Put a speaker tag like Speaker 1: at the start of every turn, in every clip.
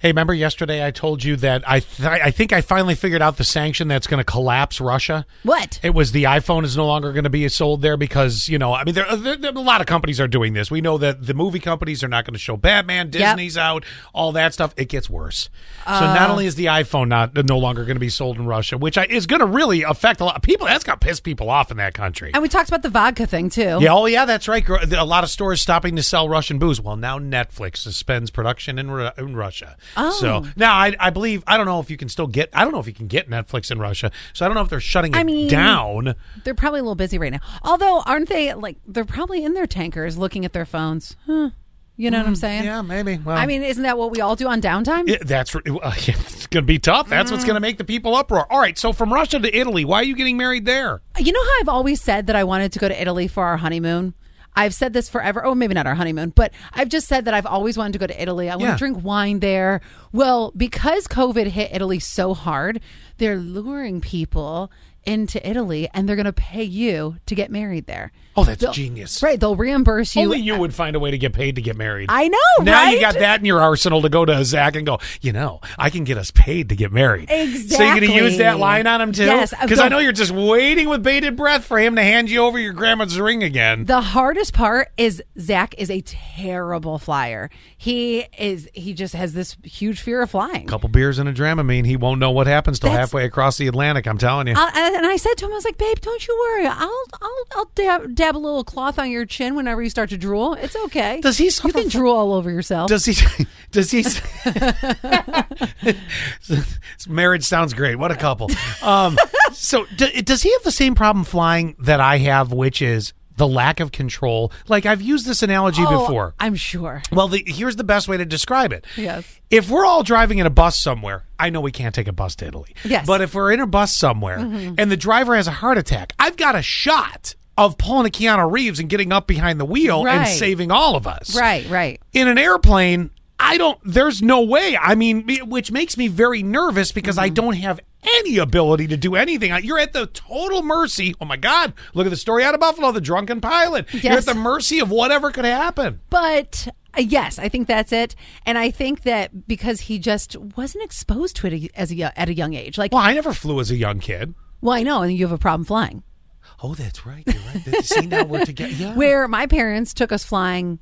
Speaker 1: Hey, remember yesterday I told you that I th- I think I finally figured out the sanction that's going to collapse Russia.
Speaker 2: What?
Speaker 1: It was the iPhone is no longer going to be sold there because you know I mean there, there, there- a lot of companies are doing this. We know that the movie companies are not going to show Batman, Disney's out, all that stuff. It gets worse. so not only is the iPhone not no longer going to be sold in Russia, which I, is going to really affect a lot of people. That's going to piss people off in that country.
Speaker 2: And we talked about the vodka thing too.
Speaker 1: Yeah, oh yeah, that's right. Gr- A lot of stores stopping to sell Russian booze. Well, now Netflix suspends production in, Ru- in Russia.
Speaker 2: Oh.
Speaker 1: So now I, I believe I don't know if you can still get I don't know if you can get Netflix in Russia. So I don't know if they're shutting it
Speaker 2: I mean-
Speaker 1: down.
Speaker 2: They're probably a little busy right now. Although, aren't they like they're probably in their tankers looking at their phones? Huh. You know what I'm saying?
Speaker 1: Mm, Yeah, maybe. Well,
Speaker 2: I mean, isn't that what we all do on downtime?
Speaker 1: it- that's r- uh, yeah, it's going to be tough. That's what's going to make the people uproar. All right, so from Russia to Italy, why are you getting married there?
Speaker 2: You know how I've always said that I wanted to go to Italy for our honeymoon? I've said this forever. Oh, maybe not our honeymoon, but I've just said that I've always wanted to go to Italy. I want
Speaker 1: Yeah.
Speaker 2: to drink wine there. Well, because COVID hit Italy so hard, they're luring people into Italy and they're going to pay you to get married there.
Speaker 1: Oh, that's
Speaker 2: They'll-
Speaker 1: genius.
Speaker 2: Right. They'll reimburse you.
Speaker 1: Only you would find a way to get paid to get married.
Speaker 2: I know,
Speaker 1: Now you
Speaker 2: right?
Speaker 1: got that in your arsenal to go to Zach and go, you know, I can get us paid to get married. So you're going to use that
Speaker 2: Exactly.
Speaker 1: line on him too?
Speaker 2: Yes, I've
Speaker 1: Because I
Speaker 2: got-
Speaker 1: know you're just waiting with bated breath for him to hand you over your grandma's ring again.
Speaker 2: The hardest part is Zach is a terrible flyer. He is he just has this huge fear of flying.
Speaker 1: couple beers and a Dramamine, he won't know what happens till
Speaker 2: That's-
Speaker 1: halfway across the Atlantic, I'm telling you.
Speaker 2: I- I- and I said to him, I was like, "Babe, don't you worry. I'll I'll I'll dab, dab a little cloth on your chin whenever you start to drool. It's okay.
Speaker 1: Does he
Speaker 2: You
Speaker 1: suffer
Speaker 2: can
Speaker 1: from-
Speaker 2: drool all over yourself.
Speaker 1: Does he? Does he? marriage sounds great. What a couple. Um, so, d- does he have the same problem flying that I have, which is the lack of control? Like I've used this analogy
Speaker 2: Oh,
Speaker 1: before.
Speaker 2: I'm sure.
Speaker 1: Well, the, here's the best way to describe it.
Speaker 2: Yes.
Speaker 1: If we're all driving in a bus somewhere, I know we can't take a bus to Italy.
Speaker 2: Yes. Mm-hmm.
Speaker 1: But if we're in a bus somewhere and the driver has a heart attack, I've got a shot of pulling a Keanu Reeves and getting up behind the wheel and
Speaker 2: Right.
Speaker 1: saving all of us
Speaker 2: Right, right.
Speaker 1: in an airplane, I don't. There's no way. I mean, me- which makes me very nervous because I don't have any ability to do anything. I- You're at the total mercy. Oh my God! Look at the story out of Buffalo, the drunken pilot. You're at
Speaker 2: Yes.
Speaker 1: the mercy of whatever could happen.
Speaker 2: But uh, yes, I think that's it. And I think that because he just wasn't exposed to it as a, at a young age. Like,
Speaker 1: Well, I never flew as a young kid.
Speaker 2: well, I know, and you have a problem flying.
Speaker 1: Oh, that's right. You're right. See now we're together. Yeah.
Speaker 2: where my parents took us flying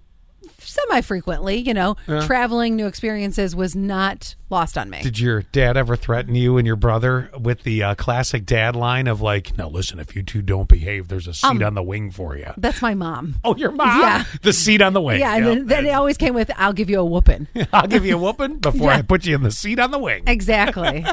Speaker 2: semi frequently, you know, traveling new experiences was not lost on me.
Speaker 1: Did your dad ever threaten you and your brother with the uh, classic dad line of like, "Now listen, if you two don't behave, there's a seat on the wing for you."
Speaker 2: That's my mom.
Speaker 1: Um, Oh, your mom.
Speaker 2: Yeah.
Speaker 1: The seat on the wing.
Speaker 2: Yeah, and
Speaker 1: Yep.
Speaker 2: then, then it always came with, I'll give you a whooping.
Speaker 1: I'll give you a whooping before I put you in the seat on the wing.
Speaker 2: Exactly.